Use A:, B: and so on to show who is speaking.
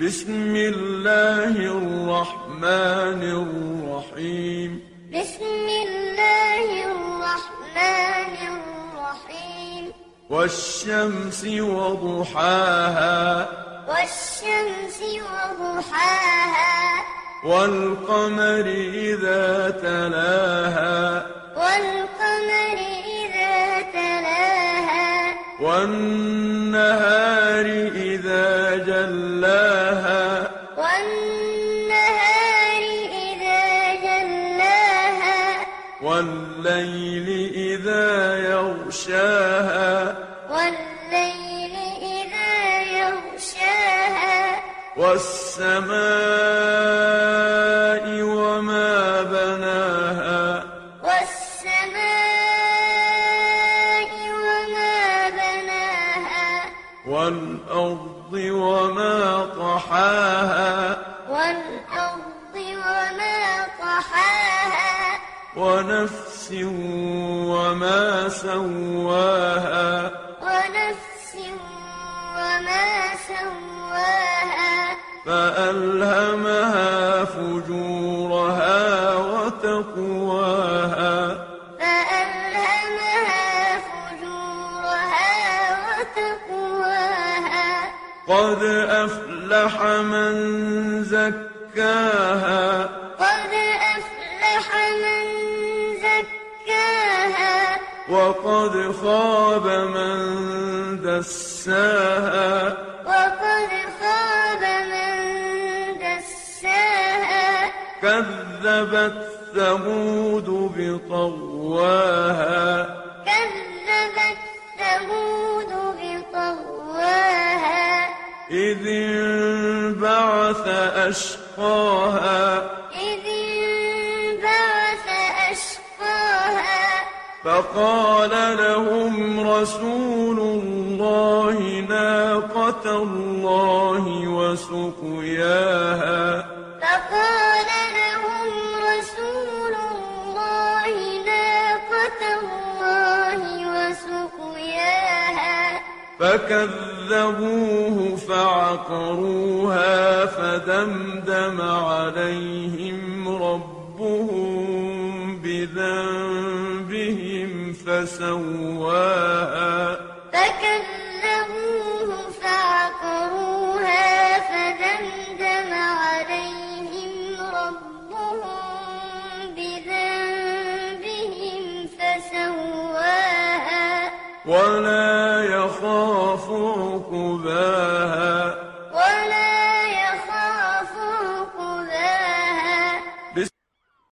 A: بسم الله الرحمن الرحيم
B: بسم الله الرحمن الرحيم
A: والشمس وضحاها
B: والشمس وضحاها
A: والقمر إذا تلاها
B: والقمر إذا تلاها
A: والنهار إذا جلاها
B: والنهار إذا جلاها
A: والليل إذا يغشاها
B: والليل إذا يغشاها
A: والسماء وما بناها
B: والسماء وما بناها
A: والأرض وما طحاها
B: والأرض وما طحاها
A: ونفس وما سواها
B: ونفس وما سواها
A: فألهمها فجورها وتقواها
B: فألهمها فجورها وتقواها
A: قد أفلح من زكاها
B: قد أفلح من زكاها
A: وقد خاب من دساها
B: وقد خاب من دساها
A: كذبت ثمود بطغواها
B: كذبت ثمود بطغواها
A: إذ انبعث أشقاها
B: إذ انبعث أشقاها
A: فقال لهم رسول الله ناقة الله وسقياها
B: فقال لهم رسول الله ناقة الله وسقياها
A: فكذبوه فعقروها فدمدم عليهم ربهم بذنبهم فسواها